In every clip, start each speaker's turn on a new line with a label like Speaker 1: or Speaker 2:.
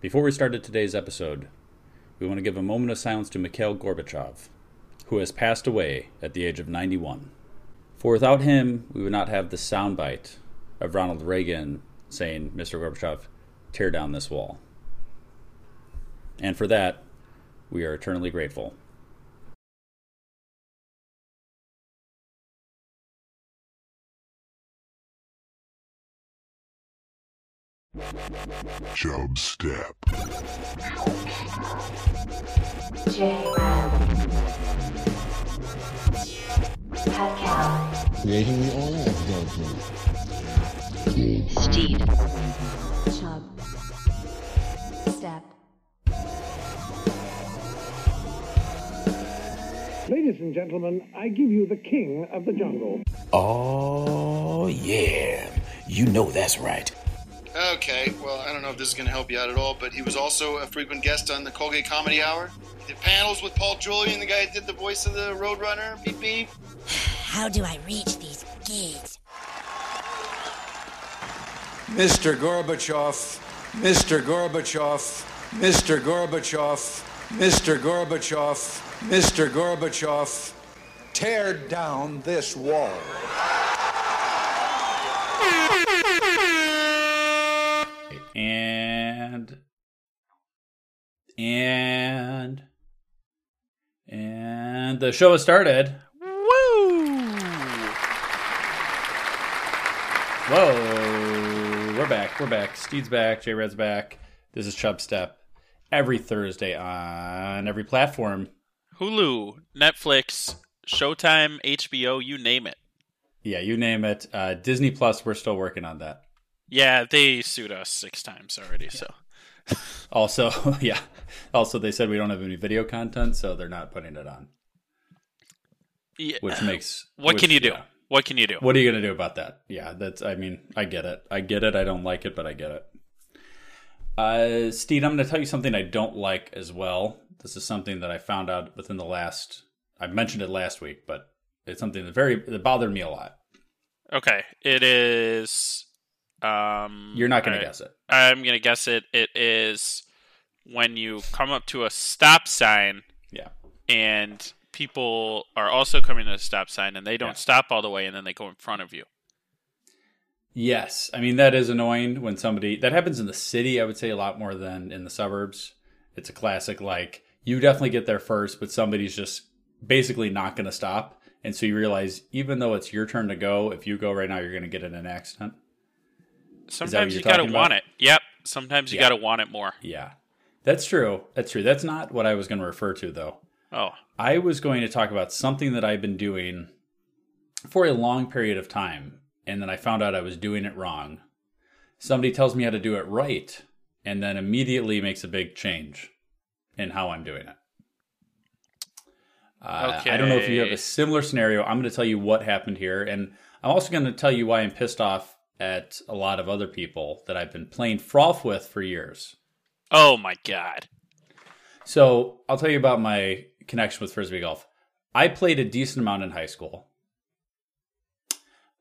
Speaker 1: Before we started today's episode, we want to give a moment of silence to Mikhail Gorbachev, who has passed away at the age of 91. For without him, we would not have the soundbite of Ronald Reagan saying, Mr. Gorbachev, tear down this wall. And for that, we are eternally grateful.
Speaker 2: Job Step.
Speaker 3: creating the oil of God.
Speaker 4: Steed. Chub. Step.
Speaker 5: Ladies and gentlemen, I give you the king of the jungle.
Speaker 6: Oh, yeah. You know that's right.
Speaker 7: Okay, well, I don't know if this is going to help you out at all, but he was also a frequent guest on the Colgate Comedy Hour. He did panels with Paul Julian, the guy that did the voice of the Roadrunner, beep beep.
Speaker 8: How do I reach these kids?
Speaker 9: Mr. Gorbachev, Mr. Gorbachev, Mr. Gorbachev, Mr. Gorbachev, Mr. Gorbachev, tear down this wall.
Speaker 1: And and and the show has started. Woo! Whoa! We're back. We're back. Steed's back. J Red's back. This is Chubb Step. Every Thursday on every platform.
Speaker 10: Hulu, Netflix, Showtime, HBO, you name it.
Speaker 1: Yeah, you name it. Uh, Disney Plus. We're still working on that.
Speaker 10: Yeah, they sued us six times already, so
Speaker 1: Also, yeah. Also, they said we don't have any video content, so they're not putting it on,
Speaker 10: yeah.
Speaker 1: which makes
Speaker 10: what
Speaker 1: which-
Speaker 10: can you do?
Speaker 1: yeah.
Speaker 10: What can you do?
Speaker 1: What are you gonna do about that? Yeah, that's. I mean, I get it. I get it. I don't like it, but I get it. Uh, Steed, I'm gonna tell you something I don't like as well. This is something that I found out within the last. I mentioned it last week, but it's something that very that bothered me a lot.
Speaker 10: Okay, it is. Um,
Speaker 1: You're not gonna
Speaker 10: I-
Speaker 1: guess it.
Speaker 10: I'm gonna guess it. It is when you come up to a stop sign
Speaker 1: Yeah.
Speaker 10: and people are also coming to a stop sign and they don't
Speaker 1: Yeah.
Speaker 10: stop all the way and then they go in front of you.
Speaker 1: Yes, I mean that is annoying when somebody that happens in the city. I would say a lot more than in the suburbs. It's a classic. Like you definitely get there first, but somebody's just basically not going to stop, and so you realize even though it's your turn to go, if you go right now, you're going to get in an accident.
Speaker 10: Sometimes
Speaker 1: you're
Speaker 10: you gotta
Speaker 1: talking
Speaker 10: want it.
Speaker 1: about?
Speaker 10: Yep. Sometimes you
Speaker 1: Yeah.
Speaker 10: gotta want it more.
Speaker 1: Yeah, that's true. That's true. That's not what I was going to refer to though.
Speaker 10: Oh,
Speaker 1: I was going to talk about something that I've been doing for a long period of time, and then I found out I was doing it wrong. Somebody tells me how to do it right, and then immediately makes a big change in how I'm doing it. Uh, I don't know if you have
Speaker 10: Okay.
Speaker 1: a similar scenario. I'm going to tell you what happened here, and I'm also going to tell you why I'm pissed off at a lot of other people that I've been playing froth with for years.
Speaker 10: oh my god.
Speaker 1: So I'll tell you about my connection with frisbee golf. I played a decent amount in high school.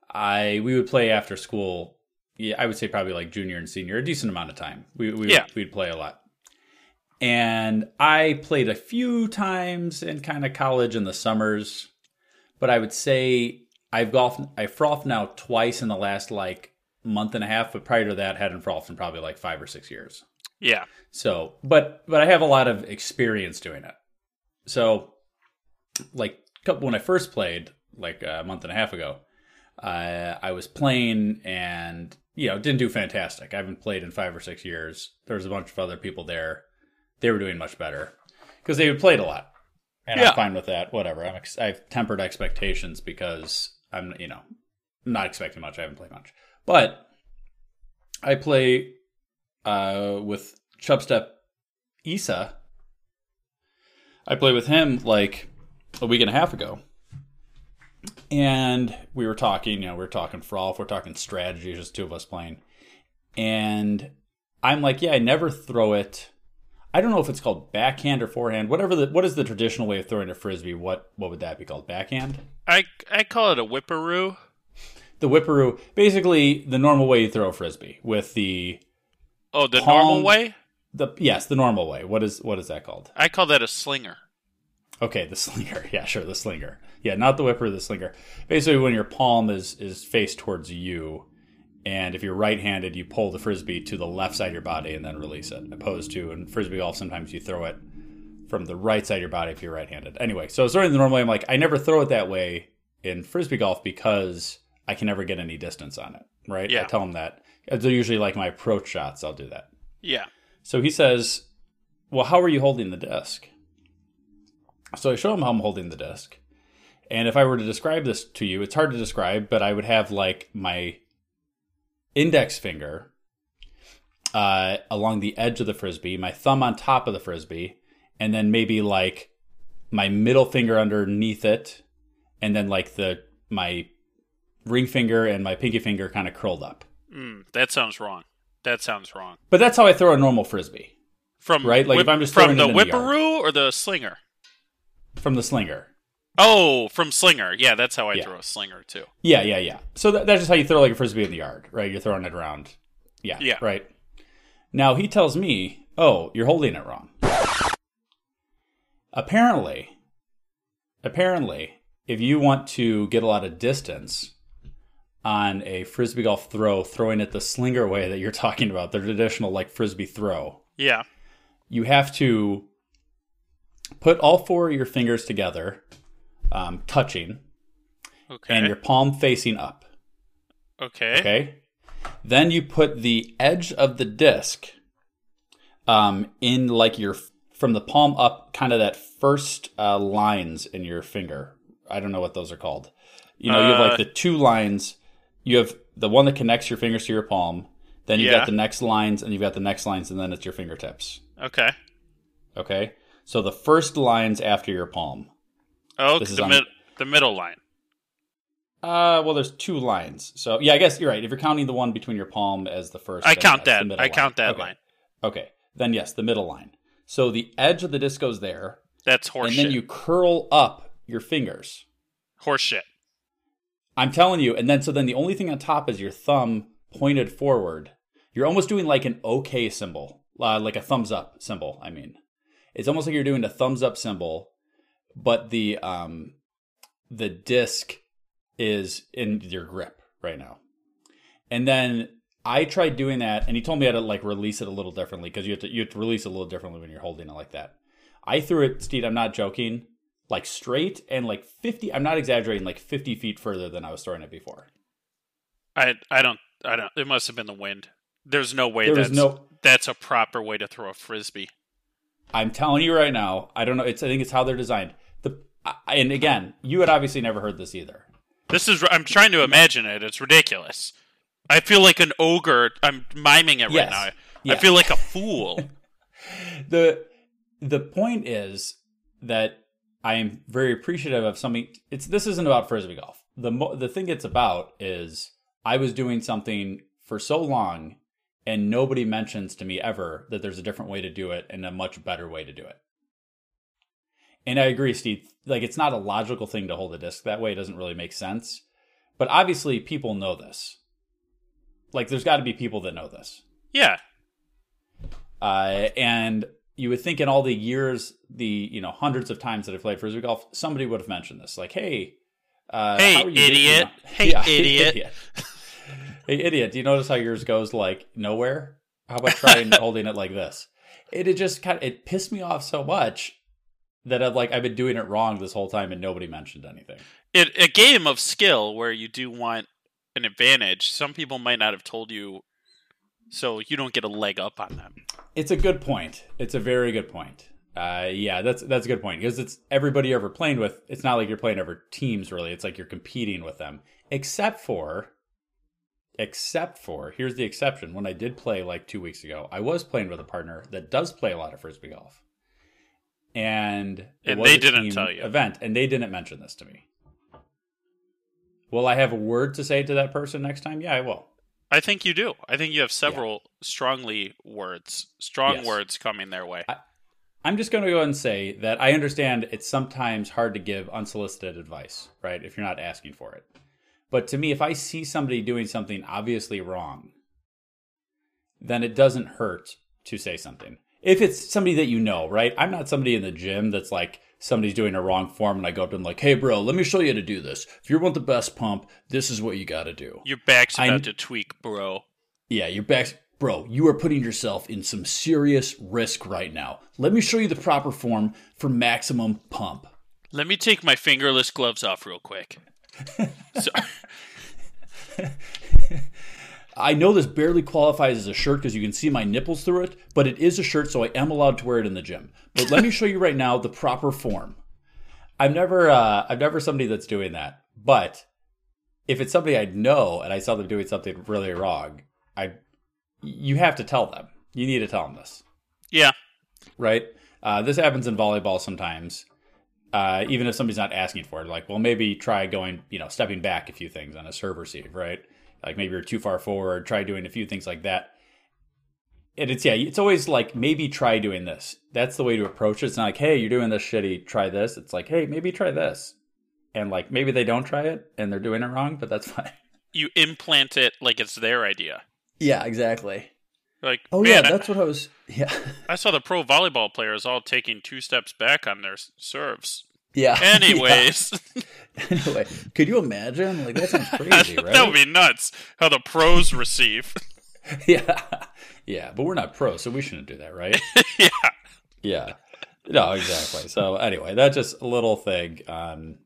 Speaker 1: I we would play after school. Yeah, I would say probably like junior and senior, a decent amount of time. We we
Speaker 10: Yeah.
Speaker 1: we'd play a lot. And I played a few times in kind of college in the summers, but I would say I've golfed I frothed now twice in the last like month and a half, but prior to that hadn't frothed in probably like five or six years.
Speaker 10: Yeah.
Speaker 1: So, but but I have a lot of experience doing it. So, like couple- when I first played, like a month and a half ago, uh, I was playing and you know didn't do fantastic. I haven't played in five or six years. There was a bunch of other people there; they were doing much better because they had played a lot. And
Speaker 10: Yeah.
Speaker 1: I'm fine with that. Whatever. I'm ex- I've tempered expectations because I'm you know not expecting much. I haven't played much, but I play uh, with Chubstep Issa. I played with him like a week and a half ago. And we were talking, you know, we were talking frolf, we're talking strategy, just two of us playing. And I'm like, yeah, I never throw it. I don't know if it's called backhand or forehand. Whatever the what is the traditional way of throwing a frisbee? What what would that be called? Backhand?
Speaker 10: I I call it a whipperoo.
Speaker 1: The whipperoo, basically the normal way you throw a frisbee with the
Speaker 10: Oh, the
Speaker 1: Palm-
Speaker 10: normal way?
Speaker 1: The yes, the normal way. What is what is that called?
Speaker 10: I call that a slinger.
Speaker 1: Okay, the slinger. Yeah, sure, the slinger. Yeah, not the whipper, the slinger. Basically, when your palm is is faced towards you, and if you're right-handed, you pull the frisbee to the left side of your body and then release it. Opposed to in frisbee golf, sometimes you throw it from the right side of your body if you're right-handed. Anyway, so it's throwing the normal way. I'm like, I never throw it that way in frisbee golf because I can never get any distance on it. Right?
Speaker 10: Yeah.
Speaker 1: I tell him that. They're usually like my approach shots. I'll do that.
Speaker 10: Yeah.
Speaker 1: So he says, Well, how are you holding the disc? So I show him how I'm holding the disc. And if I were to describe this to you, it's hard to describe, but I would have like my index finger uh, along the edge of the frisbee, my thumb on top of the frisbee, and then maybe like my middle finger underneath it, and then like the my ring finger and my pinky finger kind of curled up.
Speaker 10: Mm, that sounds wrong. That sounds wrong.
Speaker 1: But that's how I throw a normal frisbee
Speaker 10: From
Speaker 1: Right, like, if
Speaker 10: whip-
Speaker 1: I'm just
Speaker 10: from
Speaker 1: throwing
Speaker 10: the
Speaker 1: it in the yard.
Speaker 10: whipperoo or the slinger.
Speaker 1: from the slinger.
Speaker 10: Oh, from slinger. Yeah, that's how I
Speaker 1: Yeah.
Speaker 10: throw a slinger too.
Speaker 1: Yeah, yeah, yeah. So that, that's just how you throw like a frisbee in the yard, right? You're throwing it around. Yeah,
Speaker 10: Yeah.
Speaker 1: Right. Now he tells me, "Oh, you're holding it wrong." Apparently, apparently, if you want to get a lot of distance on a frisbee golf throw, throwing it the slinger way that you're talking about, the traditional like frisbee throw,
Speaker 10: Yeah.
Speaker 1: you have to put all four of your fingers together, um, touching,
Speaker 10: Okay.
Speaker 1: and your palm facing up.
Speaker 10: okay.
Speaker 1: Okay. Then you put the edge of the disc um, in like your from the palm up, kind of that first uh, lines in your finger. I don't know what those are called. You know, you have
Speaker 10: Uh,
Speaker 1: like the two lines. You have the one that connects your fingers to your palm. Then you've
Speaker 10: Yeah.
Speaker 1: got the next lines, and you've got the next lines, and then it's your fingertips.
Speaker 10: Okay.
Speaker 1: Okay. So the first lines after your palm.
Speaker 10: Oh,
Speaker 1: This is
Speaker 10: the
Speaker 1: on-
Speaker 10: mid- the middle line.
Speaker 1: Uh, well, there's two lines. So yeah, I guess you're right. If you're counting the one between your palm as the first,
Speaker 10: I
Speaker 1: then that's
Speaker 10: count
Speaker 1: the
Speaker 10: that.
Speaker 1: middle
Speaker 10: I count that
Speaker 1: Okay.
Speaker 10: line.
Speaker 1: Okay, then yes, the middle line. So the edge of the disc goes there,
Speaker 10: That's horseshit.
Speaker 1: and then you curl up your fingers.
Speaker 10: horseshit.
Speaker 1: I'm telling you, and then so then the only thing on top is your thumb pointed forward. You're almost doing like an OK symbol, uh, like a thumbs up symbol. I mean, it's almost like you're doing a thumbs up symbol, but the um the disc is in your grip right now. And then I tried doing that, and he told me how to like release it a little differently because you have to you have to release it a little differently when you're holding it like that. I threw it, Steve. I'm not joking. Like straight and like 50. I'm not exaggerating. Like 50 feet further than I was throwing it before.
Speaker 10: I I don't I don't. It must have been the wind. There's no way
Speaker 1: There was
Speaker 10: that's
Speaker 1: no-
Speaker 10: that's a proper way to throw a frisbee.
Speaker 1: I'm telling you right now. I don't know. It's I think it's how they're designed. The I- and again, you had obviously never heard this either.
Speaker 10: This is I'm trying to imagine it. It's ridiculous. I feel like an ogre. I'm miming it right
Speaker 1: Yes.
Speaker 10: now. I
Speaker 1: Yeah.
Speaker 10: feel like a fool.
Speaker 1: the The point is that I am very appreciative of something. It's this isn't about frisbee golf. The mo- the thing it's about is I was doing something for so long, and nobody mentions to me ever that there's a different way to do it and a much better way to do it. And I agree, Steve. Like it's not a logical thing to hold a disc that way. It doesn't really make sense. But obviously, people know this. Like there's got to be people that know this.
Speaker 10: yeah.
Speaker 1: Uh, and you would think in all the years, the you know hundreds of times that I played frisbee golf, somebody would have mentioned this, like, "Hey, uh,
Speaker 10: Hey,
Speaker 1: how are you doing?"
Speaker 10: idiot. Hey, idiot.
Speaker 1: hey, idiot! Do you notice how yours goes like nowhere? How about trying holding it like this? It, it just kind of it pissed me off so much that I've like I've been doing it wrong this whole time and nobody mentioned anything.
Speaker 10: It, a game of skill where you do want an advantage. Some people might not have told you, so you don't get a leg up on them.
Speaker 1: It's a good point. It's a very good point. Uh, yeah, that's that's a good point because it's everybody you're ever playing with. It's not like you're playing over teams really. It's like you're competing with them, except for, except for here's the exception. When I did play like two weeks ago, I was playing with a partner that does play a lot of frisbee golf, and it
Speaker 10: And
Speaker 1: was
Speaker 10: they
Speaker 1: a
Speaker 10: didn't
Speaker 1: team
Speaker 10: tell you.
Speaker 1: event, and they didn't mention this to me. Will I have a word to say to that person next time? Yeah, I will.
Speaker 10: I think you do. I think you have several strongly words, strong
Speaker 1: Yes.
Speaker 10: words coming their way.
Speaker 1: I'm just going to go ahead and say that I understand it's sometimes hard to give unsolicited advice, right? If you're not asking for it. But to me, if I see somebody doing something obviously wrong, then it doesn't hurt to say something. If it's somebody that you know, right? I'm not somebody in the gym that's like somebody's doing a wrong form and I go up to them like, hey, bro, let me show you how to do this. If you want the best pump, this is what you got to do.
Speaker 10: Your back's about
Speaker 1: I-
Speaker 10: to tweak, bro.
Speaker 1: Yeah, your back, bro. You are putting yourself in some serious risk right now. Let me show you the proper form for maximum pump.
Speaker 10: Let me take my fingerless gloves off real quick. so,
Speaker 1: I know this barely qualifies as a shirt because you can see my nipples through it, but it is a shirt, so I am allowed to wear it in the gym. But let me show you right now the proper form. I'm never, uh, I'm never somebody that's doing that. But if it's somebody I know and I saw them doing something really wrong, I, you have to tell them. You need to tell them this.
Speaker 10: yeah,
Speaker 1: right? Uh, this happens in volleyball sometimes. Uh, even if somebody's not asking for it, like, well, maybe try going, you know, stepping back a few things on a serve receive, right? Like maybe you're too far forward. Try doing a few things like that. And it's yeah, it's always like maybe try doing this. That's the way to approach it. It's not like, hey, you're doing this shitty. Try this. It's like, hey, maybe try this. And like maybe they don't try it and they're doing it wrong, but that's fine.
Speaker 10: you implant it like it's their idea.
Speaker 1: Yeah, exactly.
Speaker 10: Like,
Speaker 1: Oh
Speaker 10: man,
Speaker 1: yeah,
Speaker 10: I-
Speaker 1: that's what I was. Yeah,
Speaker 10: I saw the pro volleyball players all taking two steps back on their s- serves.
Speaker 1: yeah.
Speaker 10: Anyways,
Speaker 1: anyway, could you imagine? Like that sounds crazy, right?
Speaker 10: that would be nuts how the pros receive.
Speaker 1: yeah yeah but we're not pro so we shouldn't do that right yeah yeah no exactly so anyway that's just a little thing on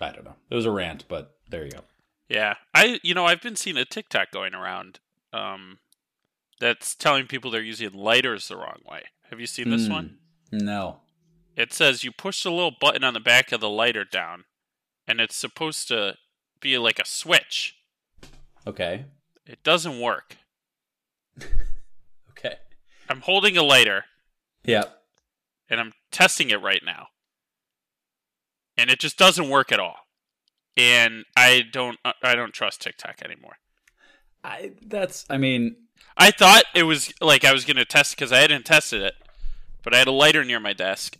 Speaker 1: i don't know it was a rant but there you go
Speaker 10: yeah, I you know I've been seeing a TikTok going around um, that's telling people they're using lighters the wrong way. Have you seen this
Speaker 1: Hmm.
Speaker 10: one?
Speaker 1: no
Speaker 10: It says you push the little button on the back of the lighter down, and it's supposed to be like a switch.
Speaker 1: okay
Speaker 10: It doesn't work.
Speaker 1: okay
Speaker 10: I'm holding a lighter
Speaker 1: yeah
Speaker 10: and I'm testing it right now. And it just doesn't work at all. And I don't I don't trust TikTok anymore.
Speaker 1: i that's i mean
Speaker 10: I thought it was like I was going to test cuz I hadn't tested it. But I had a lighter near my desk.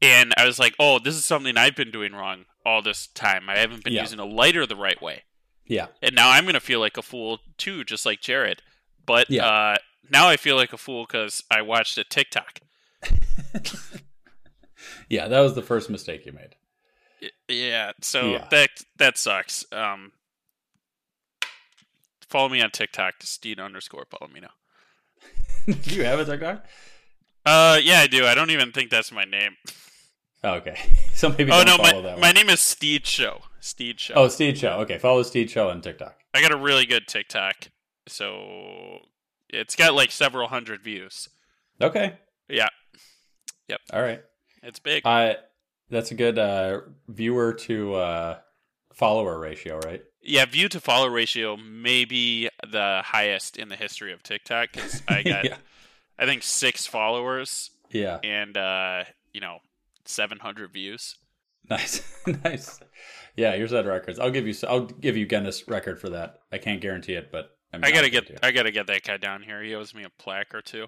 Speaker 10: And I was like, "Oh, this is something I've been doing wrong all this time. I haven't been
Speaker 1: Yeah.
Speaker 10: using a lighter the right way."
Speaker 1: yeah
Speaker 10: And now I'm going to feel like a fool too, just like Jared. But
Speaker 1: Yeah.
Speaker 10: uh, now I feel like a fool cuz I watched a TikTok.
Speaker 1: yeah that was the first mistake you made
Speaker 10: Y- Yeah, so
Speaker 1: Yeah.
Speaker 10: that that sucks. Um, follow me on TikTok, Steed underscore Palomino.
Speaker 1: do you have a tiktok
Speaker 10: Uh, yeah, I do. I don't even think that's my name.
Speaker 1: oh, okay so maybe
Speaker 10: Oh
Speaker 1: don't
Speaker 10: no,
Speaker 1: follow
Speaker 10: my
Speaker 1: that
Speaker 10: my
Speaker 1: one.
Speaker 10: name is Steed Show. Steed Show.
Speaker 1: oh steve show okay follow steve show on tiktok
Speaker 10: I got a really good TikTok, so it's got like several hundred views.
Speaker 1: okay
Speaker 10: Yeah,
Speaker 1: all right
Speaker 10: it's big.
Speaker 1: I that's a good uh, viewer to uh, follower ratio, right?
Speaker 10: yeah, view to follow ratio may be the highest in the history of TikTok because I got
Speaker 1: yeah,
Speaker 10: I think six followers
Speaker 1: yeah,
Speaker 10: and uh, you know, seven hundred views.
Speaker 1: nice, nice. Yeah, yours had records. I'll give you. I'll give you Guinness record for that. I can't guarantee it, but I, mean,
Speaker 10: I gotta
Speaker 1: I'll
Speaker 10: get
Speaker 1: give it to you.
Speaker 10: I gotta get that guy down here. He owes me a plaque or two.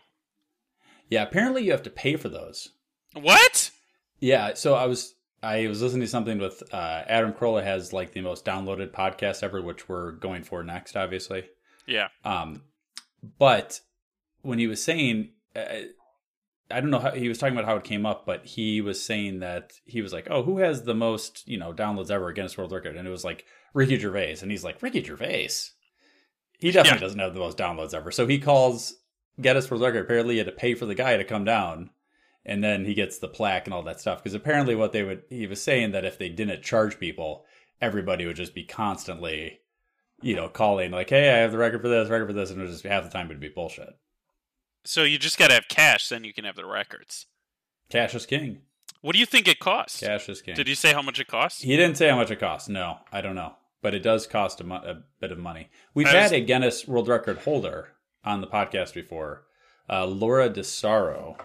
Speaker 1: Yeah, apparently you have to pay for those.
Speaker 10: What?
Speaker 1: Yeah, so I was I was listening to something with uh, Adam Carolla has like the most downloaded podcast ever, which we're going for next, obviously.
Speaker 10: Yeah.
Speaker 1: Um, but when he was saying, uh, I don't know how he was talking about how it came up, but he was saying that he was like, "Oh, who has the most you know downloads ever Guinness World Record?" And it was like Ricky Gervais, and he's like Ricky Gervais. He definitely
Speaker 10: Yeah.
Speaker 1: doesn't have the most downloads ever, so he calls Guinness World Record. Apparently, he had to pay for the guy to come down, and then he gets the plaque and all that stuff. Because apparently, what they would he was saying that if they didn't charge people, everybody would just be constantly you know, calling like, "Hey, I have the record for this, record for this," and it would just half the time it'd be bullshit.
Speaker 10: So you just gotta have cash, then you can have the records.
Speaker 1: Cash is king.
Speaker 10: What do you think it costs?
Speaker 1: Cash is king.
Speaker 10: Did you say how much it costs?
Speaker 1: He didn't say how much it costs. No, I don't know, but it does cost a, mo- a bit of money. We've
Speaker 10: I
Speaker 1: had
Speaker 10: was-
Speaker 1: a Guinness World Record holder on the podcast before. Uh, Laura DeSaro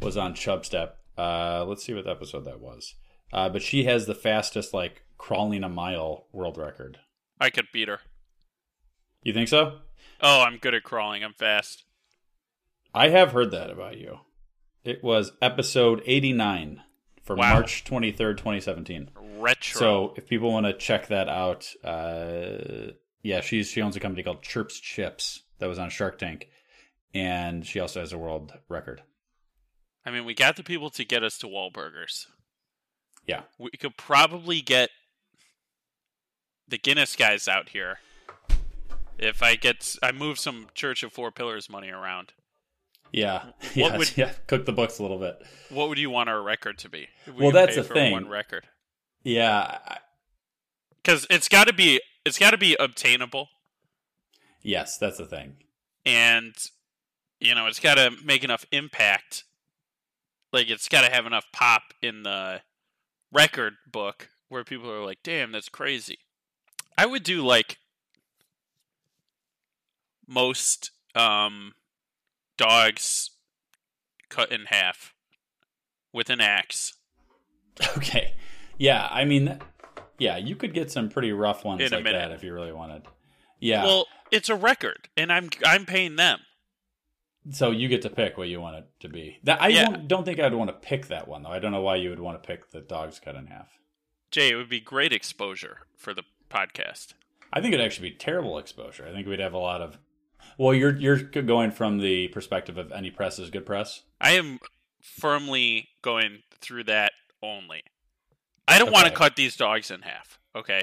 Speaker 1: was on Chubstep. Uh, let's see what episode that was. Uh, but she has the fastest like crawling a mile world record.
Speaker 10: I could beat her.
Speaker 1: You think so?
Speaker 10: Oh, I'm good at crawling. I'm fast.
Speaker 1: I have heard that about you. It was episode 89 for
Speaker 10: Wow.
Speaker 1: March 23rd, 2017.
Speaker 10: Retro.
Speaker 1: So if people want to check that out, uh, yeah, she's she owns a company called Chirps Chips that was on Shark Tank. and she also has a world record.
Speaker 10: I mean, we got the people to get us to Wahlburgers.
Speaker 1: Yeah.
Speaker 10: We could probably get the Guinness guys out here. If I get, I move some Church of Four Pillars money around.
Speaker 1: Yeah. Yes,
Speaker 10: would-
Speaker 1: yeah. Cook the books a little bit.
Speaker 10: What would you want our record to be? If we
Speaker 1: Well,
Speaker 10: could
Speaker 1: that's
Speaker 10: pay
Speaker 1: the
Speaker 10: for
Speaker 1: thing.
Speaker 10: One record,
Speaker 1: Yeah. I,
Speaker 10: because it's got to be, it's got to be obtainable,
Speaker 1: yes, that's the thing.
Speaker 10: and you know, it's got to make enough impact. Like, it's got to have enough pop in the record book where people are like, "Damn, that's crazy." I would do like most um dogs cut in half with an axe
Speaker 1: Okay. Yeah. I mean, yeah, you could get some pretty rough ones
Speaker 10: In a
Speaker 1: like
Speaker 10: minute.
Speaker 1: that if you really wanted. Yeah.
Speaker 10: Well, it's a record, and I'm I'm paying them.
Speaker 1: so you get to pick what you want it to be. That I
Speaker 10: Yeah.
Speaker 1: don't, don't think I'd want to pick that one though. I don't know why you would want to pick the dogs cut in half.
Speaker 10: Jay, it would be great exposure for the podcast.
Speaker 1: I think it'd actually be terrible exposure. I think we'd have a lot of. Well, you're you're going from the perspective of any press is good press.
Speaker 10: I am firmly going through that only. I don't want to
Speaker 1: Okay.
Speaker 10: cut these dogs in half. Okay.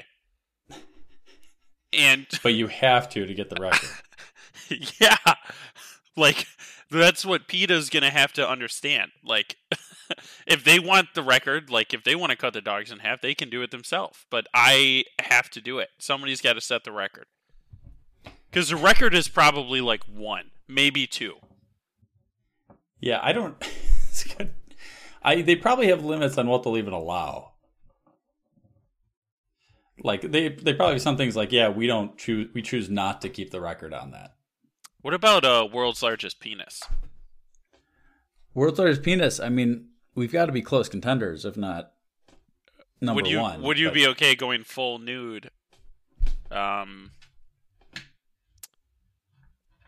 Speaker 10: And
Speaker 1: But you have to to get the record.
Speaker 10: yeah, like that's what PETA's gonna have to understand. Like, if they want the record, like if they want to cut the dogs in half, they can do it themselves. But I have to do it. Somebody's got to set the record because the record is probably like one, maybe two.
Speaker 1: yeah, I don't. it's good. I they probably have limits on what they'll even allow. Like they they probably have some things like yeah we don't choose we choose not to keep the record on that.
Speaker 10: What about uh, world's largest penis?
Speaker 1: World's largest penis. I mean, we've got to be close contenders, if not number
Speaker 10: would you
Speaker 1: one.
Speaker 10: would you
Speaker 1: but-
Speaker 10: be okay going full nude? Um,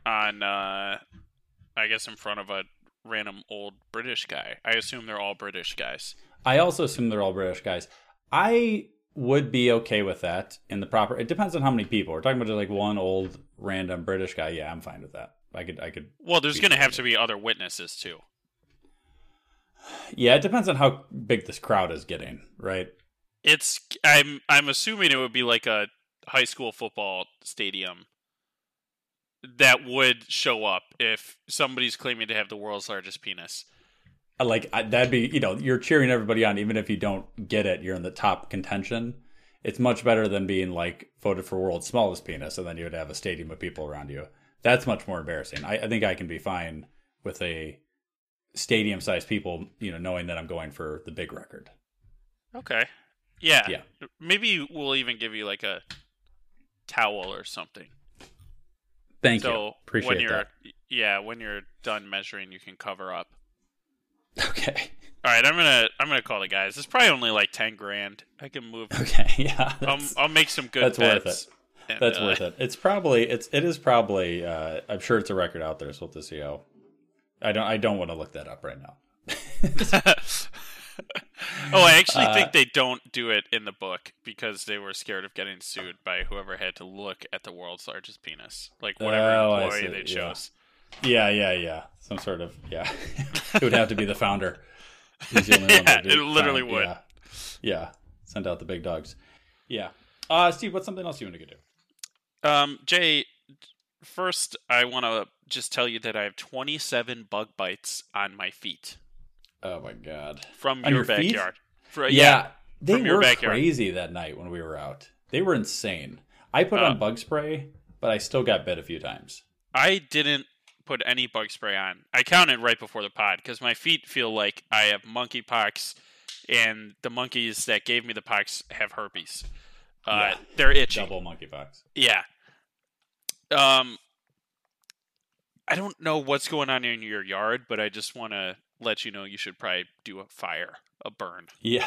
Speaker 10: on uh, I guess in front of a random old British guy. I assume they're all British guys.
Speaker 1: I also assume they're all British guys. I would be okay with that in the proper. It depends on how many people. We're talking about just like one old random British guy. Yeah, I'm fine with that. I could, I could.
Speaker 10: Well, there's gonna have to be other witnesses too.
Speaker 1: Yeah, it depends on how big this crowd is getting, right?
Speaker 10: It's I'm I'm assuming it would be like a high school football stadium that would show up if somebody's claiming to have the world's largest penis.
Speaker 1: I Like I, that'd be, you know, you're cheering everybody on, even if you don't get it. You're in the top contention. It's much better than being like voted for world's smallest penis, and then you would have a stadium of people around you. That's much more embarrassing. I, I think I can be fine with a stadium-sized people, you know, knowing that I'm going for the big record.
Speaker 10: Okay. Yeah.
Speaker 1: Yeah.
Speaker 10: Maybe we'll even give you like a towel or something.
Speaker 1: Thank
Speaker 10: so
Speaker 1: you. Appreciate
Speaker 10: when you're
Speaker 1: that.
Speaker 10: yeah, when you're done measuring, you can cover up.
Speaker 1: Okay.
Speaker 10: All right, I'm gonna I'm gonna call the guys. It's probably only like ten grand. I can move.
Speaker 1: Okay. Yeah.
Speaker 10: I'll,
Speaker 1: That's,
Speaker 10: I'll make some good.
Speaker 1: that's worth
Speaker 10: bets. And,
Speaker 1: that's
Speaker 10: uh,
Speaker 1: worth it. It's probably it's it is probably uh I'm sure it's a record out there, so we'll have to see how I don't I don't want to look that up right now.
Speaker 10: oh, I actually
Speaker 1: Uh,
Speaker 10: think they don't do it in the book because they were scared of getting sued by whoever had to look at the world's largest penis, like whatever
Speaker 1: Oh, I
Speaker 10: employee
Speaker 1: see,
Speaker 10: they
Speaker 1: yeah.
Speaker 10: chose.
Speaker 1: Yeah, yeah, yeah. Some sort of yeah. it would have to be the founder. He's the only one
Speaker 10: Yeah,
Speaker 1: that did
Speaker 10: it literally
Speaker 1: found-
Speaker 10: would.
Speaker 1: Yeah. yeah. Send out the big dogs. Yeah. Uh Steve, what's something else you want to go do?
Speaker 10: Um, Jay, first I want to just tell you that I have 27 bug bites on my feet
Speaker 1: Oh my god.
Speaker 10: from
Speaker 1: On your
Speaker 10: your,
Speaker 1: feet?
Speaker 10: backyard. For-
Speaker 1: yeah, they
Speaker 10: from your
Speaker 1: were
Speaker 10: backyard.
Speaker 1: crazy that night when we were out. They were insane. I put
Speaker 10: Uh.
Speaker 1: on bug spray, but I still got bit a few times.
Speaker 10: I didn't put any bug spray on. I counted right before the pod because my feet feel like I have monkeypox, and the monkeys that gave me the pox have herpes. Uh,
Speaker 1: Yeah.
Speaker 10: They're itchy.
Speaker 1: Double monkeypox.
Speaker 10: Yeah. Um I don't know what's going on in your yard, but I just want to let you know you should probably do a fire, a burn.
Speaker 1: Yeah,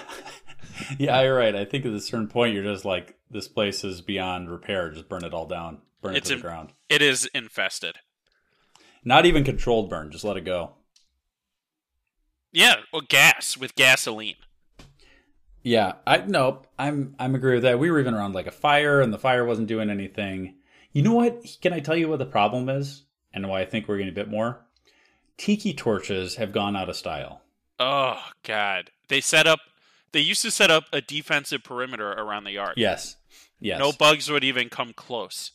Speaker 1: yeah, you're right. I think at a certain point, you're just like, this place is beyond repair. Just burn it all down. Burn it
Speaker 10: It's
Speaker 1: to
Speaker 10: in-
Speaker 1: the ground.
Speaker 10: It is infested.
Speaker 1: Not even controlled burn. Just let it go.
Speaker 10: Yeah, well gas with gasoline.
Speaker 1: Yeah, I nope. I'm I'm agree with that. We were even around like a fire, and the fire wasn't doing anything. You know what? Can I tell you what the problem is? and why I think we're getting a bit more. Tiki torches have gone out of style.
Speaker 10: Oh God! They set up. They used to set up a defensive perimeter around the yard.
Speaker 1: Yes. Yes.
Speaker 10: No bugs would even come close.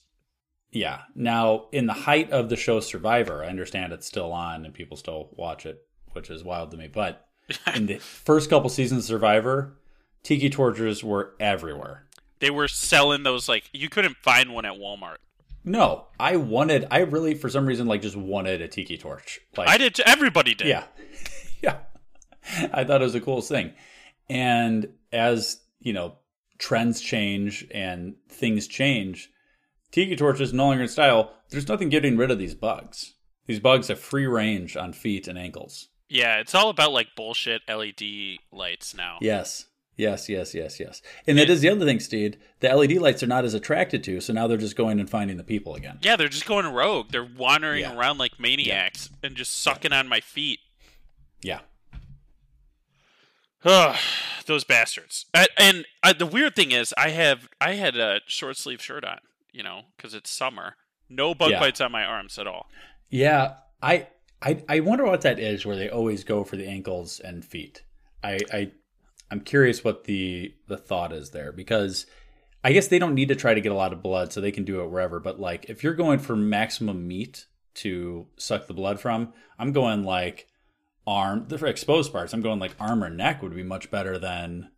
Speaker 1: Yeah. Now, in the height of the show Survivor, I understand it's still on and people still watch it, which is wild to me. But in the first couple seasons of Survivor, tiki torches were everywhere.
Speaker 10: They were selling those like you couldn't find one at Walmart.
Speaker 1: No, I wanted, I really, for some reason, like just wanted a tiki torch. Like,
Speaker 10: I did. Too. Everybody did.
Speaker 1: yeah. yeah. I thought it was the coolest thing. And as, you know, trends change and things change, tiki torches no longer in style. There's nothing getting rid of these bugs. These bugs have free range on feet and ankles.
Speaker 10: Yeah, it's all about like bullshit LED lights now.
Speaker 1: Yes. Yes, yes, yes, yes. And that is the other thing, Steed. The LED lights are not as attracted to, so now they're just going and finding the people again.
Speaker 10: Yeah, they're just going rogue. They're wandering
Speaker 1: Yeah.
Speaker 10: around like maniacs and just sucking on my feet.
Speaker 1: Yeah.
Speaker 10: Ugh, those bastards. I, and I, the weird thing is, I have I had a short sleeve shirt on, you know, because it's summer. No bug
Speaker 1: Yeah.
Speaker 10: bites on my arms at all.
Speaker 1: Yeah. I I I wonder what that is where they always go for the ankles and feet. I I I'm curious what the the thought is there because I guess they don't need to try to get a lot of blood so they can do it wherever, but like if you're going for maximum meat to suck the blood from, I'm going like arm the for exposed parts. I'm going like arm or neck would be much better than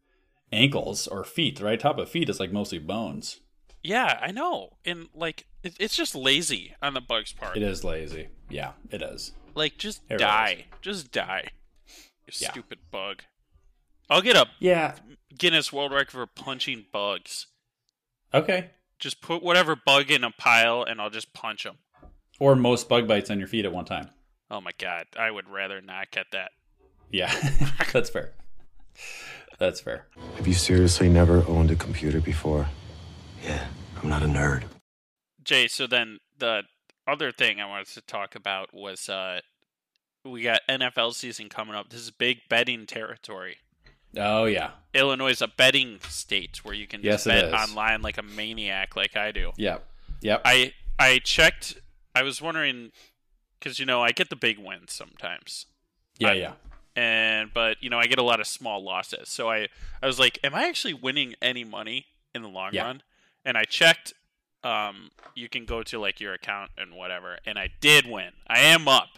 Speaker 1: ankles or feet. Right top of feet is like mostly bones.
Speaker 10: Yeah, I know. And like, it, it's just lazy on the bug's part.
Speaker 1: It is lazy. Yeah, it is.
Speaker 10: Like, just
Speaker 1: It really
Speaker 10: die. Just die. You
Speaker 1: Yeah.
Speaker 10: stupid bug. I'll get a
Speaker 1: Yeah.
Speaker 10: Guinness World Record for punching bugs.
Speaker 1: Okay.
Speaker 10: Just put whatever bug in a pile, and I'll just punch them.
Speaker 1: or most bug bites on your feet at one time.
Speaker 10: Oh my god, I would rather not get that.
Speaker 1: Yeah, that's fair. That's fair.
Speaker 3: Have you seriously never owned a computer before? Yeah, I'm not a nerd.
Speaker 10: Jay, so then the other thing I wanted to talk about was uh we got NFL season coming up. This is big betting territory.
Speaker 1: Oh yeah,
Speaker 10: Illinois is a betting state where you can just
Speaker 1: Yes, it
Speaker 10: bet
Speaker 1: is.
Speaker 10: online like a maniac like I do.
Speaker 1: yep, yep.
Speaker 10: I I checked I was wondering cuz you know I get the big wins sometimes.
Speaker 1: yeah, yeah.
Speaker 10: and but you know I get a lot of small losses. So I I was like, am I actually winning any money in the long
Speaker 1: Yeah.
Speaker 10: run? And I checked. Um, you can go to like your account and whatever, and I did win. I am up.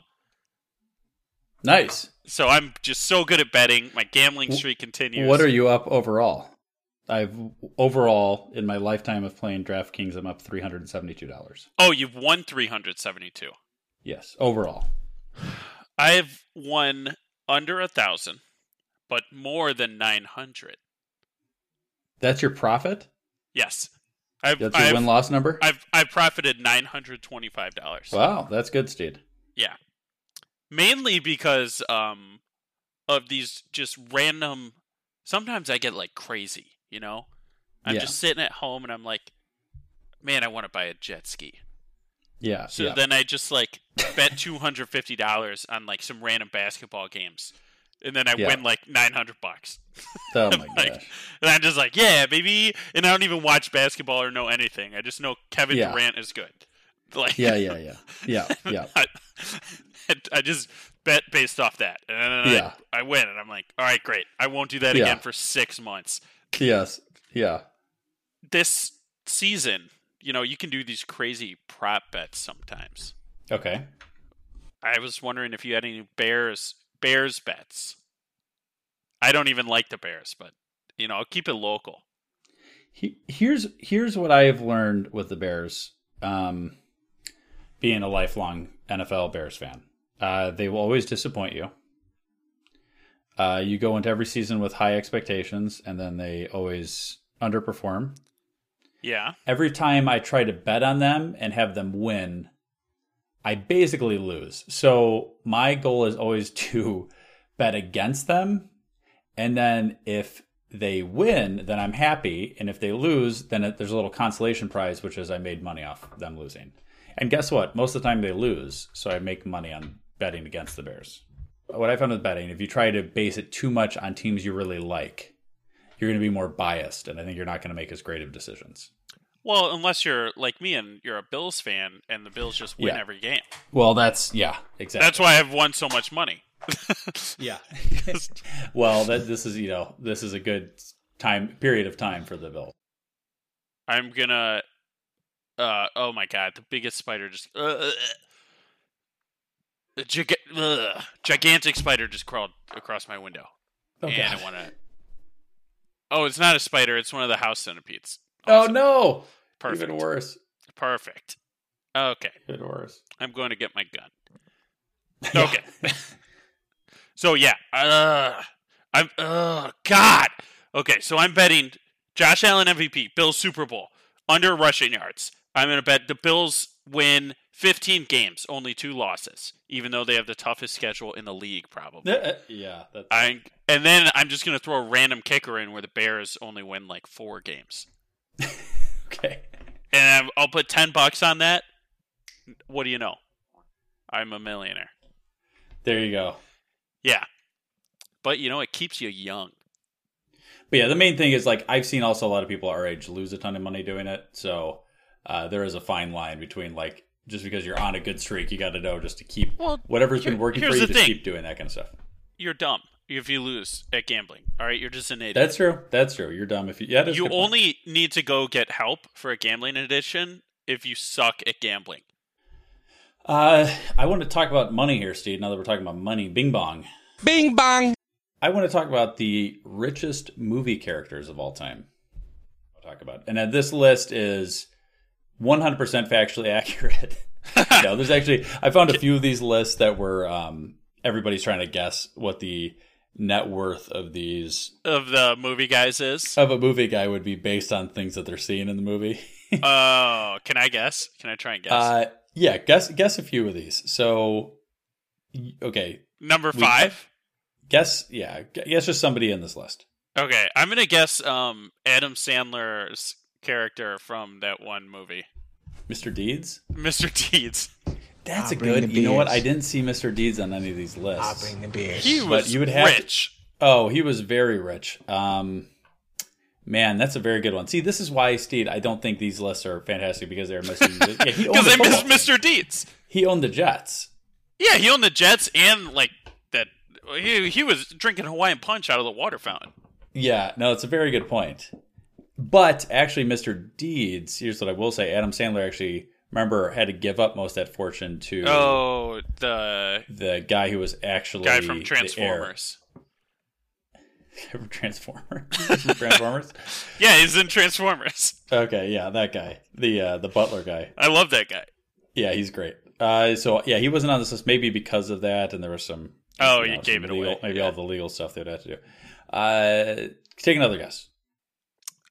Speaker 1: Nice.
Speaker 10: So I'm just so good at betting. My gambling streak continues.
Speaker 1: What are you up overall? I've overall in my lifetime of playing DraftKings, I'm up three hundred and seventy-two dollars.
Speaker 10: Oh, you've won 372.
Speaker 1: Yes, overall.
Speaker 10: I've won under a thousand, but more than 900.
Speaker 1: That's your profit.
Speaker 10: Yes, I've
Speaker 1: That's your
Speaker 10: I've,
Speaker 1: win-loss number.
Speaker 10: I've I've profited 925 dollars.
Speaker 1: wow, that's good, Steed.
Speaker 10: Yeah. Mainly because um of these just random sometimes I get like crazy, you know? I'm
Speaker 1: Yeah.
Speaker 10: just sitting at home and I'm like, man, I want to buy a jet ski.
Speaker 1: Yeah.
Speaker 10: So
Speaker 1: yeah.
Speaker 10: then I just like bet two hundred fifty dollars on like some random basketball games. And then I
Speaker 1: Yeah.
Speaker 10: win like nine hundred bucks.
Speaker 1: oh my
Speaker 10: like-
Speaker 1: gosh.
Speaker 10: And I'm just like, yeah, baby. And I don't even watch basketball or know anything. I just know Kevin
Speaker 1: Yeah.
Speaker 10: Durant is good. Like
Speaker 1: Yeah, yeah, yeah, yeah, yeah.
Speaker 10: I, I just bet based off that, and then
Speaker 1: Yeah.
Speaker 10: I, I win, and I'm like, all right, great. I won't do that
Speaker 1: Yeah.
Speaker 10: again for six months.
Speaker 1: Yes. Yeah.
Speaker 10: This season, you know, you can do these crazy prop bets sometimes.
Speaker 1: Okay.
Speaker 10: I was wondering if you had any Bears Bears bets. I don't even like the Bears, but you know, I'll keep it local.
Speaker 1: He- here's here's what I have learned with the Bears, um, being a lifelong NFL Bears fan. Uh, they will always disappoint you. Uh, you go into every season with high expectations, and then they always underperform.
Speaker 10: Yeah,
Speaker 1: Every time I try to bet on them and have them win, I basically lose. So my goal is always to bet against them. And then if they win, then I'm happy. And if they lose, then it, there's a little consolation prize, which is I made money off them losing. And guess what? Most of the time they lose. So I make money on betting against the Bears. What I found with betting, if you try to base it too much on teams you really like, you're going to be more biased. And I think you're not going to make as great of decisions.
Speaker 10: Well, unless you're like me and you're a Bills fan and the Bills just win
Speaker 1: Yeah.
Speaker 10: every game.
Speaker 1: Well, that's yeah, exactly.
Speaker 10: That's why I've won so much money.
Speaker 1: yeah. well, that this is you know this is a good time period of time for the bill.
Speaker 10: I'm gonna. Uh, oh my god, the biggest spider just. Uh, uh, uh, giga- ugh. gigantic spider just crawled across my window.
Speaker 1: Oh,
Speaker 10: and I
Speaker 1: God.
Speaker 10: want to. Oh, it's not a spider. It's one of the house centipedes.
Speaker 1: Oh no!
Speaker 10: Perfect.
Speaker 1: Even worse.
Speaker 10: Perfect. Okay,
Speaker 1: Even worse.
Speaker 10: I'm going to get my gun. Okay. so yeah, uh, I'm. Uh, God. Okay, so I'm betting Josh Allen MVP, Bills Super Bowl under rushing yards. I'm going to bet the Bills win 15 games, only two losses, even though they have the toughest schedule in the league, probably.
Speaker 1: Yeah, Uh, yeah that's,
Speaker 10: I and then I'm just gonna throw a random kicker in where the Bears only win like four games,
Speaker 1: okay.
Speaker 10: and I'm, I'll put ten bucks on that. What do you know? I'm a millionaire.
Speaker 1: There you go.
Speaker 10: Yeah, but you know it keeps you young.
Speaker 1: But yeah, the main thing is like I've seen also a lot of people our age lose a ton of money doing it. So uh, there is a fine line between like just because you're on a good streak, you got to know just to keep
Speaker 10: Well,
Speaker 1: whatever's
Speaker 10: here-
Speaker 1: been working for
Speaker 10: here's
Speaker 1: you,
Speaker 10: the
Speaker 1: just
Speaker 10: thing.
Speaker 1: keep doing that kind of stuff.
Speaker 10: You're dumb if you lose at gambling. All right, you're just an idiot.
Speaker 1: That's true. That's true. You're dumb if you. Yeah, that's
Speaker 10: you only need to go get help for a gambling addiction if you suck at gambling.
Speaker 1: Uh, I want to talk about money here, Steve. Now that we're talking about money, Bing Bong.
Speaker 6: Bing bong.
Speaker 1: I want to talk about the richest movie characters of all time. I'll talk about, and then this list is 100% factually accurate. no, there's actually I found a few of these lists that were um, everybody's trying to guess what the net worth of these
Speaker 10: Of the movie guys is.
Speaker 1: of a movie guy would be based on things that they're seeing in the movie.
Speaker 10: Oh, can I guess? Can I try and guess?
Speaker 1: Uh, yeah, guess guess a few of these. So, y- okay,
Speaker 10: Number
Speaker 1: we-
Speaker 10: five.
Speaker 1: guess yeah, gu- guess just somebody in this list.
Speaker 10: Okay, I'm gonna guess um Adam Sandler's character from that one movie,
Speaker 1: Mr. Deeds.
Speaker 10: Mr. Deeds.
Speaker 1: That's
Speaker 6: I'll
Speaker 1: a
Speaker 6: Ah, bring
Speaker 1: good.
Speaker 6: the
Speaker 1: You know what?
Speaker 6: beers.
Speaker 1: I didn't see Mr. Deeds on any of these lists.
Speaker 6: I'll bring the beers.
Speaker 10: He
Speaker 1: But
Speaker 10: was
Speaker 1: you would have to-
Speaker 10: rich.
Speaker 1: Oh, he was very rich. Um, man, that's a very good one. See, this is why, Steed, I don't think these lists are fantastic because they're missing. yeah, he owned
Speaker 10: Because
Speaker 1: the
Speaker 10: I miss
Speaker 1: football team.
Speaker 10: Mr. Deeds.
Speaker 1: He owned the Jets.
Speaker 10: Yeah, he owned the Jets and like that. He he was drinking Hawaiian punch out of the water fountain.
Speaker 1: Yeah, no, it's a very good point. But actually, Mr. Deeds, here's what I will say: Adam Sandler actually remember had to give up most of that fortune to
Speaker 10: Oh, the
Speaker 1: the guy who was actually
Speaker 10: guy
Speaker 1: the
Speaker 10: from
Speaker 1: heir.
Speaker 10: Transformers.
Speaker 1: From Transformers. From Transformers.
Speaker 10: Yeah, he's in Transformers.
Speaker 1: Okay, yeah, that guy, the uh, the butler guy.
Speaker 10: I love that guy.
Speaker 1: Yeah, he's great. Uh, so yeah, he wasn't on this list maybe because of that, and there was some.
Speaker 10: Oh,
Speaker 1: you
Speaker 10: you
Speaker 1: know,
Speaker 10: gave
Speaker 1: some
Speaker 10: it
Speaker 1: legal-
Speaker 10: away.
Speaker 1: Maybe
Speaker 10: Yeah.
Speaker 1: all the legal stuff they'd have to do. Uh, take another guess.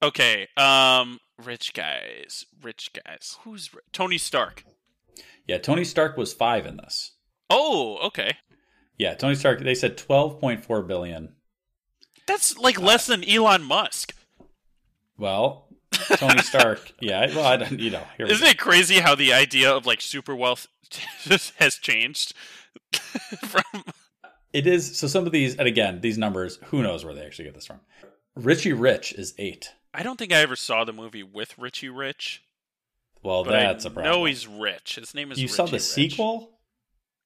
Speaker 10: Okay, um, rich guys, rich guys. Who's ri- Tony Stark?
Speaker 1: Yeah, Tony Stark was five in this.
Speaker 10: Oh, okay.
Speaker 1: Yeah, Tony Stark. They said twelve point four billion.
Speaker 10: That's like
Speaker 6: Uh,
Speaker 10: less than Elon Musk.
Speaker 1: Well, Tony Stark. yeah, well, I don't. You know, here we
Speaker 10: Isn't
Speaker 1: go.
Speaker 10: it crazy how the idea of like super wealth has changed from
Speaker 1: it is. So some of these, and again, these numbers. Who knows where they actually get this from? Richie Rich is eight.
Speaker 10: I don't think I ever saw the movie with Richie Rich,
Speaker 1: Well,
Speaker 10: but
Speaker 1: that's
Speaker 10: I
Speaker 1: a problem.
Speaker 10: know he's rich. His name is
Speaker 1: you saw
Speaker 10: Richie
Speaker 1: the
Speaker 10: Rich.
Speaker 1: sequel.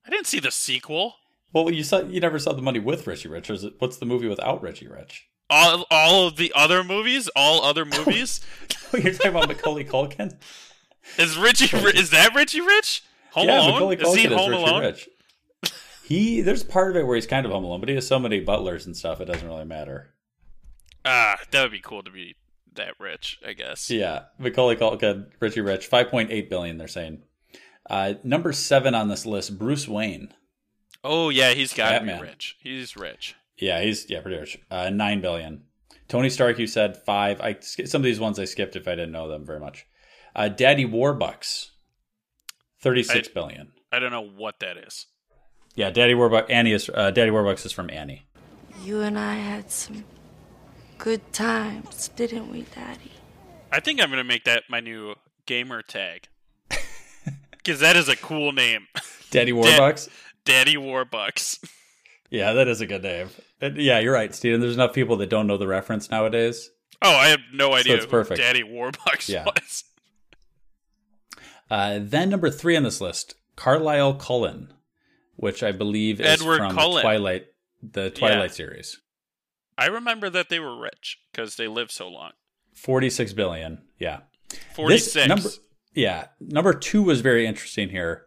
Speaker 10: I didn't see the sequel.
Speaker 1: Well, you saw you never saw the money with Richie Rich. Or is it, what's the movie without Richie Rich?
Speaker 10: All all of the other movies, all other movies
Speaker 1: Oh, you're talking about Macaulay Culkin?
Speaker 10: is Richie Ri- is that Richie Rich? Home
Speaker 1: yeah,
Speaker 10: Alone?
Speaker 1: Macaulay
Speaker 10: Is
Speaker 1: Culkin
Speaker 10: he
Speaker 1: is
Speaker 10: Home
Speaker 1: Richie
Speaker 10: Alone?
Speaker 1: Rich. He there's part of it where he's kind of home alone, but he has so many butlers and stuff. It doesn't really matter.
Speaker 10: Ah, that would be cool to be that rich, I guess.
Speaker 1: Yeah, Macaulay Culkin, Richie Rich, five point eight billion. They're saying uh, number seven on this list, Bruce Wayne.
Speaker 10: Oh yeah, he's got to be
Speaker 1: Batman.
Speaker 10: rich. He's rich.
Speaker 1: Yeah, he's yeah pretty rich. Uh, Nine billion. Tony Stark, you said five. I sk- some of these ones I skipped if I didn't know them very much. Uh, Daddy Warbucks, thirty six
Speaker 10: I-
Speaker 1: billion.
Speaker 10: I don't know what that is.
Speaker 1: Yeah, Daddy Warbucks. Annie is uh, Daddy Warbucks is from Annie.
Speaker 2: You and I had some good times, didn't we, Daddy?
Speaker 10: I think I'm gonna make that my new gamer tag. Because that is a cool name,
Speaker 1: Daddy Warbucks.
Speaker 10: Daddy Warbucks.
Speaker 1: Yeah, that is a good name. And yeah, you're right, Steven. There's enough people that don't know the reference nowadays.
Speaker 10: Oh, I have no idea
Speaker 1: it's
Speaker 10: who
Speaker 1: perfect.
Speaker 10: Daddy Warbucks
Speaker 1: Yeah.
Speaker 10: was.
Speaker 1: Uh, then number three on this list, Carlisle Cullen, which I believe is
Speaker 10: Edward
Speaker 1: from
Speaker 10: Cullen.
Speaker 1: Twilight, the Twilight
Speaker 10: Yeah.
Speaker 1: series.
Speaker 10: I remember that they were rich because they lived so long.
Speaker 1: Forty-six billion. Yeah. This
Speaker 10: 46.
Speaker 1: number, yeah. Number two was very interesting here.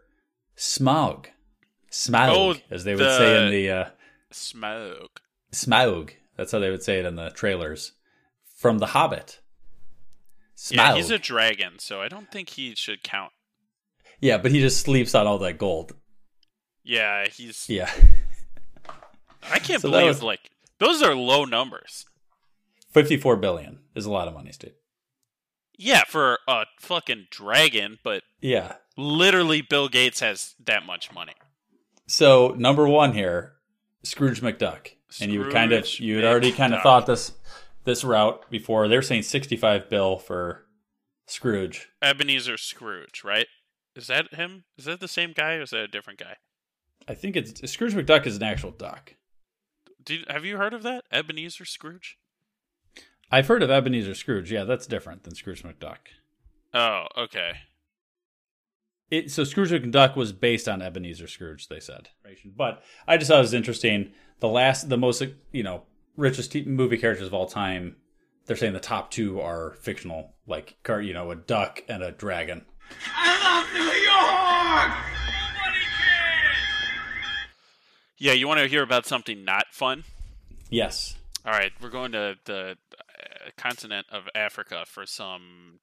Speaker 1: Smaug, Smaug,
Speaker 10: Oh,
Speaker 1: as they would say in
Speaker 10: the-
Speaker 1: the uh,
Speaker 10: Smoke.
Speaker 1: Smaug. That's how they would say it in the trailers from The Hobbit. Smaug.
Speaker 10: Yeah, he's a dragon, so I don't think he should count.
Speaker 1: Yeah, but he just sleeps on all that gold.
Speaker 10: Yeah, he's.
Speaker 1: Yeah.
Speaker 10: I can't
Speaker 1: So that
Speaker 10: believe
Speaker 1: was-
Speaker 10: like those are low numbers.
Speaker 1: 54 billion is a lot of money, Steve.
Speaker 10: Yeah, for a fucking dragon, but
Speaker 1: Yeah.
Speaker 10: literally Bill Gates has that much money.
Speaker 1: So, number 1 here, Scrooge McDuck. and you kind of
Speaker 10: Scrooge
Speaker 1: you had already kind of
Speaker 10: McDuck.
Speaker 1: thought this this route before. They're saying 65 bill for Scrooge.
Speaker 10: Ebenezer Scrooge, right? Is that him? Is that the same guy or is that a different guy?
Speaker 1: I think it's Scrooge McDuck is an actual duck.
Speaker 10: Do you- have you heard of that? Ebenezer Scrooge?
Speaker 1: I've heard of Ebenezer Scrooge. Yeah, that's different than Scrooge McDuck.
Speaker 10: Oh, okay.
Speaker 1: It, so Scrooge McDuck was based on Ebenezer Scrooge, they said. But I just thought it was interesting. The last, the most, you know, richest t- movie characters of all time. They're saying the top two are fictional, like car, you know, a duck and a dragon.
Speaker 10: Yeah, you want to hear about something not fun?
Speaker 1: Yes,
Speaker 10: All right, we're going to the uh, continent of Africa for some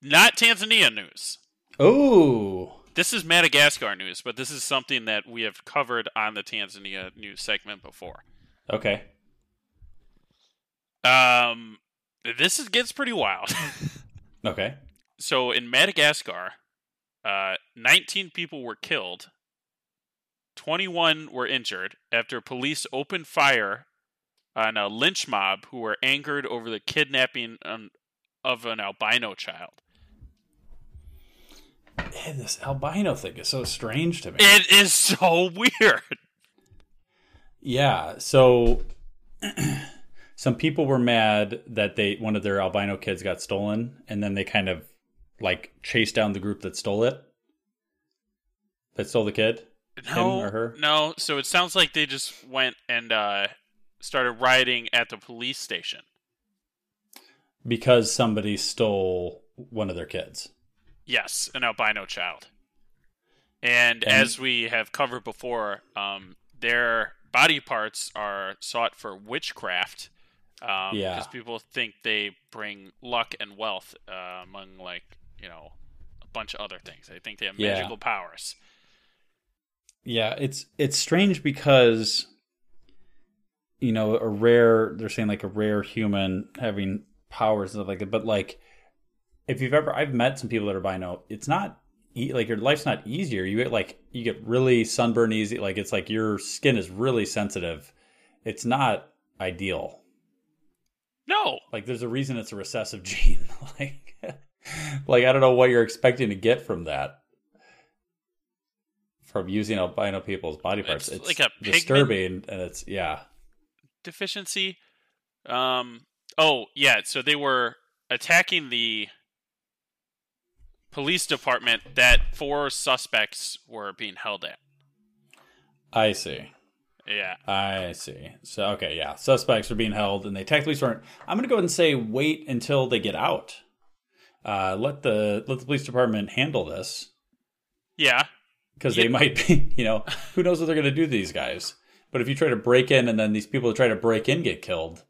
Speaker 10: not Tanzania news.
Speaker 1: Oh,
Speaker 10: This is Madagascar news, but this is something that we have covered on the Tanzania news segment before.
Speaker 1: okay.
Speaker 10: Um, this is, gets pretty wild.
Speaker 1: Okay.
Speaker 10: so in Madagascar, uh, 19 people were killed, 21 were injured after police opened fire on a lynch mob who were angered over the kidnapping um, of an albino child.
Speaker 1: Man, this albino thing is so strange to me.
Speaker 10: It is so weird.
Speaker 1: Yeah. So some people were mad that they one of their albino kids got stolen, and then they kind of like chased down the group that stole it. That stole the kid.
Speaker 10: No,
Speaker 1: Him or her?
Speaker 10: no. So it sounds like they just went and uh, started rioting at the police station.
Speaker 1: Because somebody stole one of their kids.
Speaker 10: Yes, an albino child. And,
Speaker 1: And-
Speaker 10: as we have covered before, um, their body parts are sought for witchcraft. Um,
Speaker 1: Yeah.
Speaker 10: Because people think they bring luck and wealth uh, among, like, you know, a bunch of other things. They think they have
Speaker 1: Yeah.
Speaker 10: magical powers.
Speaker 1: Yeah, it's it's strange because you know, a rare they're saying like a rare human having powers and stuff like that, but like if you've ever I've met some people that are bino, it's not e- like your life's not easier. You get like you get really sunburn easy, like it's like your skin is really sensitive. It's not ideal.
Speaker 10: No!
Speaker 1: Like there's a reason it's a recessive gene. like like I don't know what you're expecting to get from that. From using albino people's body parts.
Speaker 10: It's
Speaker 1: It's,
Speaker 10: like a pigment-
Speaker 1: disturbing and it's yeah.
Speaker 10: Deficiency. Um, oh, yeah. So they were attacking the police department that four suspects were being held at.
Speaker 1: I see.
Speaker 10: Yeah.
Speaker 1: I see. So okay, yeah. Suspects are being held and they technically weren't I'm gonna go ahead and say wait until they get out. Uh let the let the police department handle this.
Speaker 10: Yeah.
Speaker 1: because
Speaker 10: Yeah.
Speaker 1: they might be, you know, who knows what they're going to do to these guys. But if you try to break in and then these people who try to break in get killed,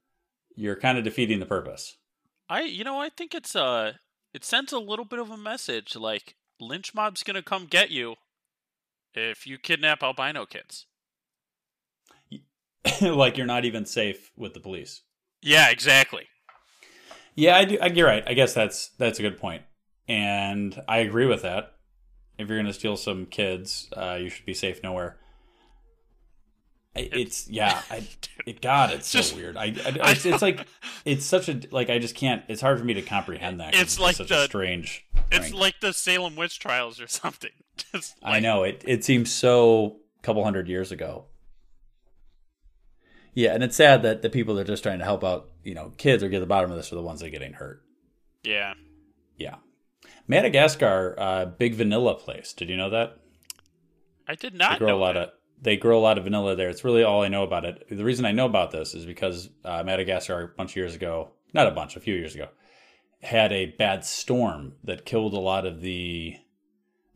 Speaker 1: you're kind of defeating the purpose.
Speaker 10: I you know, I think it's uh it sends a little bit of a message like lynch mob's going to come get you if you kidnap albino kids.
Speaker 1: like you're not even safe with the police.
Speaker 10: Yeah, exactly.
Speaker 1: Yeah, I do. I, you're right. I guess that's that's a good point, and I agree with that. If you're going to steal some kids, uh, you should be safe nowhere. I- It's yeah, I, it, God, it's
Speaker 10: Just-
Speaker 1: so weird. I, I,
Speaker 10: I
Speaker 1: it's, it's like it's such a like I just can't. It's hard for me to comprehend that. 'cause
Speaker 10: It's like
Speaker 1: such
Speaker 10: the-
Speaker 1: a strange.
Speaker 10: It's
Speaker 1: thing.
Speaker 10: like the Salem witch trials or something. Just
Speaker 1: I
Speaker 10: like-
Speaker 1: know it. It seems so couple hundred years ago. Yeah, and it's sad that the people that are just trying to help out, you know, kids or get to the bottom of this are the ones that are getting hurt.
Speaker 10: Yeah.
Speaker 1: Yeah. Madagascar, uh, big vanilla place. Did you know that?
Speaker 10: I did not
Speaker 1: They grow
Speaker 10: know
Speaker 1: a lot
Speaker 10: that.
Speaker 1: of they grow a lot of vanilla there. It's really all I know about it. The reason I know about this is because uh, Madagascar a bunch of years ago, not a bunch, a few years ago, had a bad storm that killed a lot of the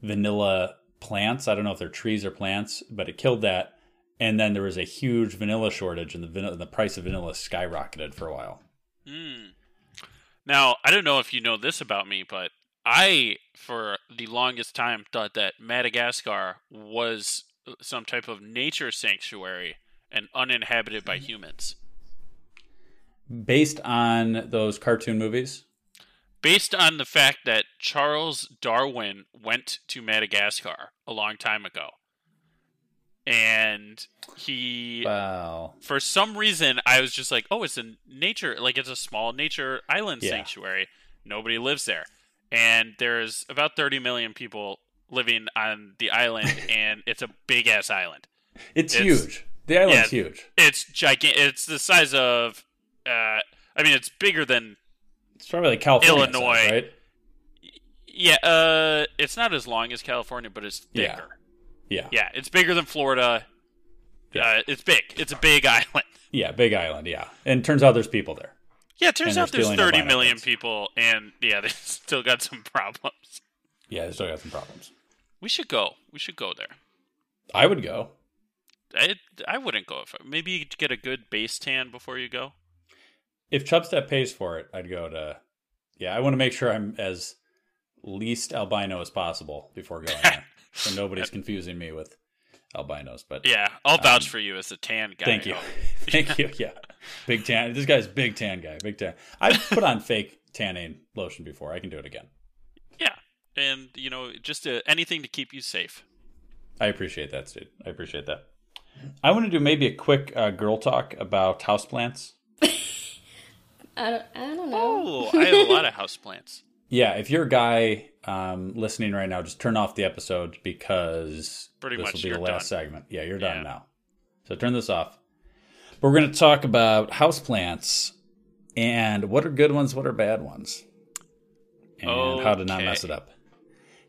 Speaker 1: vanilla plants. I don't know if they're trees or plants, but it killed that. And then there was a huge vanilla shortage, and the vanilla, the price of vanilla skyrocketed for a while.
Speaker 10: Mm. Now, I don't know if you know this about me, but I, for the longest time, thought that Madagascar was uh, some type of nature sanctuary and uninhabited by humans.
Speaker 1: Based on those cartoon movies,
Speaker 10: Based on the fact that Charles Darwin went to Madagascar a long time ago. And he
Speaker 1: wow,
Speaker 10: for some reason I was just like, oh, it's a nature like it's a small nature island
Speaker 1: Yeah.
Speaker 10: sanctuary. Nobody lives there. And there's about 30 million people living on the island and it's a big ass island.
Speaker 1: it's,
Speaker 10: It's-
Speaker 1: huge. The island's
Speaker 10: yeah.
Speaker 1: huge.
Speaker 10: It's gigantic. It's the size of uh I mean it's bigger than
Speaker 1: It's probably like California, size,
Speaker 10: Illinois.
Speaker 1: right?
Speaker 10: yeah, uh it's not as long as California, but it's
Speaker 1: Yeah.
Speaker 10: thicker.
Speaker 1: Yeah.
Speaker 10: Yeah, it's bigger than Florida.
Speaker 1: Yeah.
Speaker 10: Uh, it's big. It's a big island.
Speaker 1: Yeah, Big Island, yeah. And turns out there's people there.
Speaker 10: Yeah, it turns
Speaker 1: And
Speaker 10: out
Speaker 1: they're
Speaker 10: there's
Speaker 1: stealing a
Speaker 10: 30
Speaker 1: lot of
Speaker 10: million
Speaker 1: things.
Speaker 10: people, and yeah, they still got some problems.
Speaker 1: Yeah, they still got some problems.
Speaker 10: We should go. We should go there.
Speaker 1: I would go.
Speaker 10: I I wouldn't go if maybe you could get a good base tan before you go.
Speaker 1: If Chubstep pays for it, I'd go to Yeah, I want to make sure I'm as least albino as possible before going there. so nobody's confusing me with albinos, but
Speaker 10: Yeah, I'll vouch for you as a tan guy.
Speaker 1: thank you.
Speaker 10: Oh,
Speaker 1: thank you. Yeah. Big tan. This guy's big tan guy, big tan. I've put on fake tanning lotion before. I can do it again.
Speaker 10: Yeah, and you know, just uh, anything to keep you safe.
Speaker 1: I appreciate that, Sid. I appreciate that. I want to do maybe a quick uh, girl talk about houseplants.
Speaker 11: I don't, I don't know.
Speaker 10: Oh, I have a lot of houseplants.
Speaker 1: Yeah, if you're a guy um, listening right now, just turn off the episode because
Speaker 10: Pretty
Speaker 1: this
Speaker 10: much
Speaker 1: will be the
Speaker 10: you're
Speaker 1: last
Speaker 10: done.
Speaker 1: segment. Yeah, you're done
Speaker 10: Yeah.
Speaker 1: now. So turn this off. But we're going to talk about houseplants and what are good ones, what are bad ones, and how to not
Speaker 10: Okay.
Speaker 1: mess it up.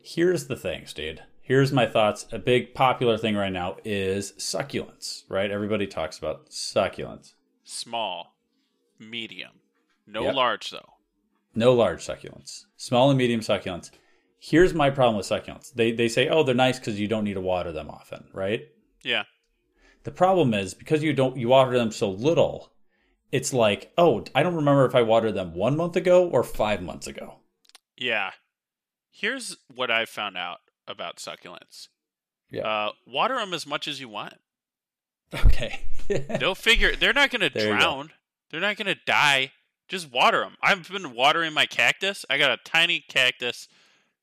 Speaker 1: Here's the thing, dude. Here's my thoughts. A big popular thing right now is succulents, right? Everybody talks about succulents.
Speaker 10: Small, medium, no
Speaker 1: Yep.
Speaker 10: large though.
Speaker 1: No large succulents. Small and medium succulents. Here's my problem with succulents. They they say, "Oh, they're nice cuz you don't need to water them often," right?
Speaker 10: Yeah,
Speaker 1: The problem is because you don't you water them so little, it's like, "Oh, I don't remember if I watered them 1 month ago or 5 months ago."
Speaker 10: yeah. Here's what I found out about succulents.
Speaker 1: Yeah.
Speaker 10: Uh, water them as much as you want.
Speaker 1: Uh, Okay.
Speaker 10: They'll figure. They're not going to
Speaker 1: There you go.
Speaker 10: drown. They're not going to die. Just water them. I've been watering my cactus. I got a tiny cactus.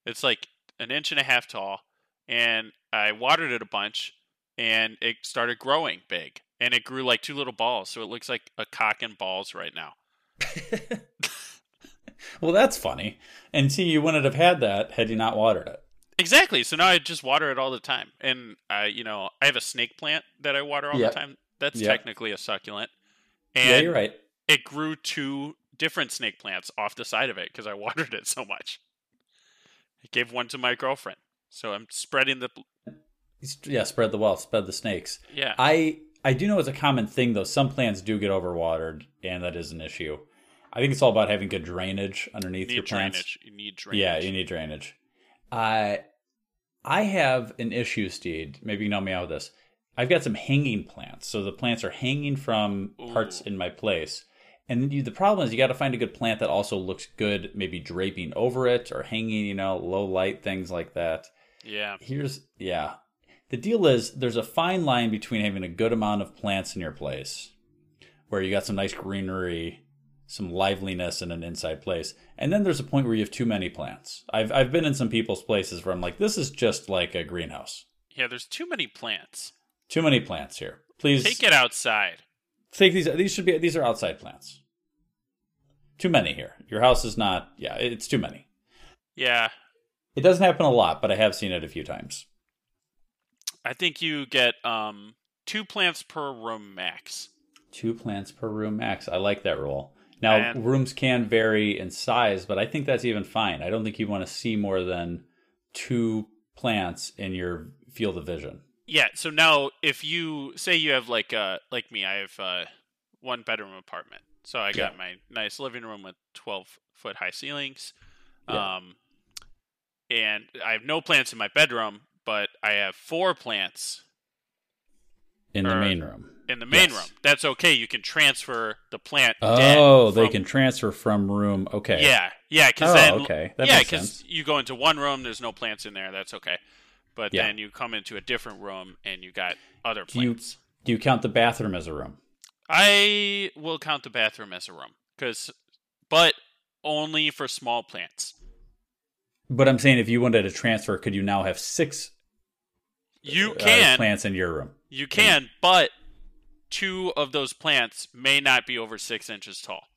Speaker 10: It's like an inch and a half tall, and I watered it a bunch, and it started growing big, and it grew like two little balls. So it looks like a cock and balls right now.
Speaker 1: well, that's funny. And see, you wouldn't have had that had you not watered it.
Speaker 10: Exactly. So now I just water it all the time, and I, you know, I have a snake plant that I water all
Speaker 1: Yep.
Speaker 10: the time. That's
Speaker 1: Yep.
Speaker 10: technically a succulent.
Speaker 1: yeah,
Speaker 10: And
Speaker 1: you're right.
Speaker 10: it grew two different snake plants off the side of it because I watered it so much. I gave one to my girlfriend, so I'm spreading the
Speaker 1: Yeah, spread the wealth, spread the snakes.
Speaker 10: yeah.
Speaker 1: I I do know it's a common thing though. Some plants do get overwatered, and that is an issue. I think it's all about having good drainage underneath
Speaker 10: need
Speaker 1: your plants.
Speaker 10: drainage. You need drainage.
Speaker 1: Yeah, you need drainage. I I have an issue, Steed. Maybe you can help me out with this. I've got some hanging plants, so the plants are hanging from parts
Speaker 10: Ooh.
Speaker 1: in my place. And you, the problem is, you got to find a good plant that also looks good, maybe draping over it or hanging, you know, low light things like that
Speaker 10: yeah.
Speaker 1: here's yeah the deal is there's a fine line between having a good amount of plants in your place where you got some nice greenery some liveliness in an inside place and then there's a point where you have too many plants i've, I've been in some people's places where i'm like this is just like a greenhouse
Speaker 10: Yeah, there's too many plants.
Speaker 1: too many plants here please
Speaker 10: Take it outside.
Speaker 1: take these these should be these are outside plants too many here your house is not yeah it's too many
Speaker 10: Yeah,
Speaker 1: it doesn't happen a lot but i have seen it a few times
Speaker 10: I think you get um two plants per room max.
Speaker 1: Two plants per room max. I like that rule. Now
Speaker 10: Man.
Speaker 1: rooms can vary in size, but I think that's even fine. I don't think you want to see more than two plants in your field of vision.
Speaker 10: Yeah, so now if you say you have like uh like me, I have uh one bedroom apartment. So I got
Speaker 1: Yeah.
Speaker 10: my nice living room with 12 foot high ceilings.
Speaker 1: Yeah.
Speaker 10: Um and I have no plants in my bedroom, but I have four plants
Speaker 1: In the
Speaker 10: Or-
Speaker 1: main room.
Speaker 10: in the main
Speaker 1: Yes.
Speaker 10: room. That's okay. You can transfer the plant dead
Speaker 1: Oh, they
Speaker 10: from-
Speaker 1: can transfer from room. Okay.
Speaker 10: Yeah, yeah, because
Speaker 1: Oh,
Speaker 10: then
Speaker 1: okay. That
Speaker 10: yeah,
Speaker 1: makes
Speaker 10: because
Speaker 1: sense.
Speaker 10: you go into one room, there's no plants in there. That's okay. But
Speaker 1: Yeah.
Speaker 10: then you come into a different room and you got other
Speaker 1: Do you
Speaker 10: plants.
Speaker 1: do you count the bathroom as a room?
Speaker 10: I will count the bathroom as a room, because but only for small plants.
Speaker 1: But I'm saying if you wanted to transfer, could you now have six
Speaker 10: You
Speaker 1: uh,
Speaker 10: can,
Speaker 1: plants in your room?
Speaker 10: you can, but two of those plants may not be over six inches tall,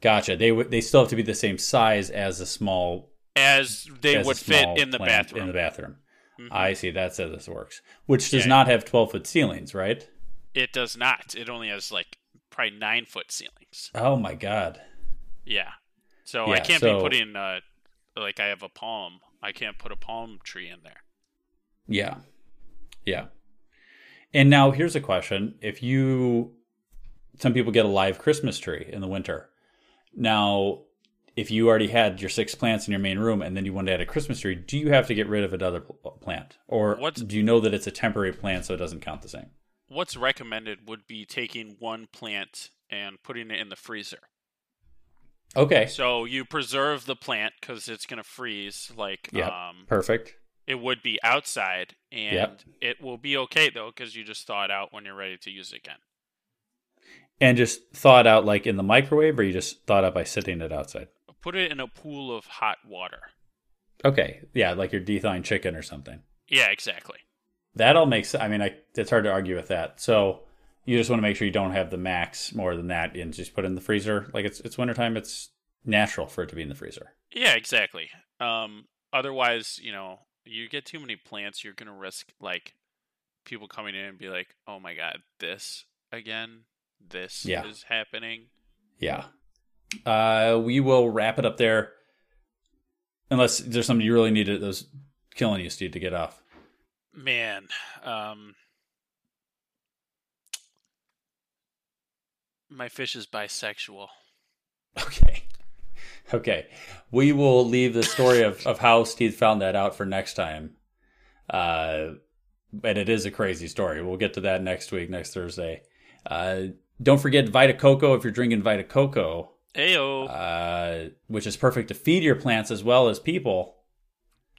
Speaker 1: Gotcha. They would they still have to be the same size as a small
Speaker 10: as they
Speaker 1: as a
Speaker 10: would fit
Speaker 1: small
Speaker 10: in the
Speaker 1: plant
Speaker 10: bathroom.
Speaker 1: In the bathroom.
Speaker 10: Mhm.
Speaker 1: I see. That's how this works. Which does
Speaker 10: Yeah.
Speaker 1: not have twelve foot ceilings, right?
Speaker 10: It does not. It only has like probably nine foot ceilings.
Speaker 1: Oh my god.
Speaker 10: Yeah. So I
Speaker 1: Yeah,
Speaker 10: can't
Speaker 1: so-
Speaker 10: be putting uh like I have a palm. I can't put a palm tree in there.
Speaker 1: Yeah. Yeah. And now here's a question. If you some people get a live Christmas tree in the winter. Now, if you already had your six plants in your main room and then you want to add a Christmas tree, do you have to get rid of another pl- plant? Or
Speaker 10: What's-
Speaker 1: do you know that it's a temporary plant so it doesn't count the same?
Speaker 10: What's recommended would be taking one plant and putting it in the freezer.
Speaker 1: Okay.
Speaker 10: So you preserve the plant cuz it's going to freeze like
Speaker 1: yeah.
Speaker 10: um
Speaker 1: perfect.
Speaker 10: it would be outside and
Speaker 1: Yep.
Speaker 10: it will be okay though cuz you just thaw it out when you're ready to use it again.
Speaker 1: And just thaw it out like in the microwave or you just thaw it out by sitting it outside?
Speaker 10: Put it in a pool of hot water.
Speaker 1: Okay. Yeah, like you're de-thawing chicken or something.
Speaker 10: Yeah, exactly.
Speaker 1: That all makes. I mean, I, it's hard to argue with that. So you just want to make sure you don't have the max more than that, and just put it in the freezer. Like it's it's wintertime. It's natural for it to be in the freezer.
Speaker 10: Yeah, exactly. Um, otherwise, you know, you get too many plants, you're gonna risk like people coming in and be like, "Oh my god, this again, this
Speaker 1: Yeah.
Speaker 10: is happening."
Speaker 1: Yeah. Uh, we will wrap it up there. Unless there's something you really need to, those killing you, Steve, to get off.
Speaker 10: Man, um, my fish is bisexual.
Speaker 1: Okay. Okay. We will leave the story of, of how Steve found that out for next time. Uh, and it is a crazy story. We'll get to that next week, next Thursday. Uh, don't forget Vita Coco if you're drinking Vita Coco,
Speaker 10: Ayo,
Speaker 1: uh, which is perfect to feed your plants as well as people.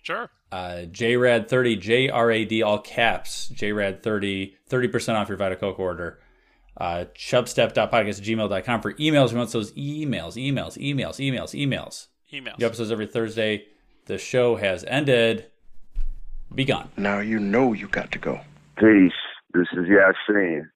Speaker 10: sure.
Speaker 1: Uh, JRAD30, J-R-A-D, all caps, JRAD30, 30% off your Vita Coco order. Uh, chubstep.podcast@gmail.com for emails. We want those emails, emails, emails, emails, emails.
Speaker 10: Emails.
Speaker 1: New episodes every Thursday. The show has ended. Be gone.
Speaker 12: Now you know you got to go.
Speaker 13: Peace. This is Yasin.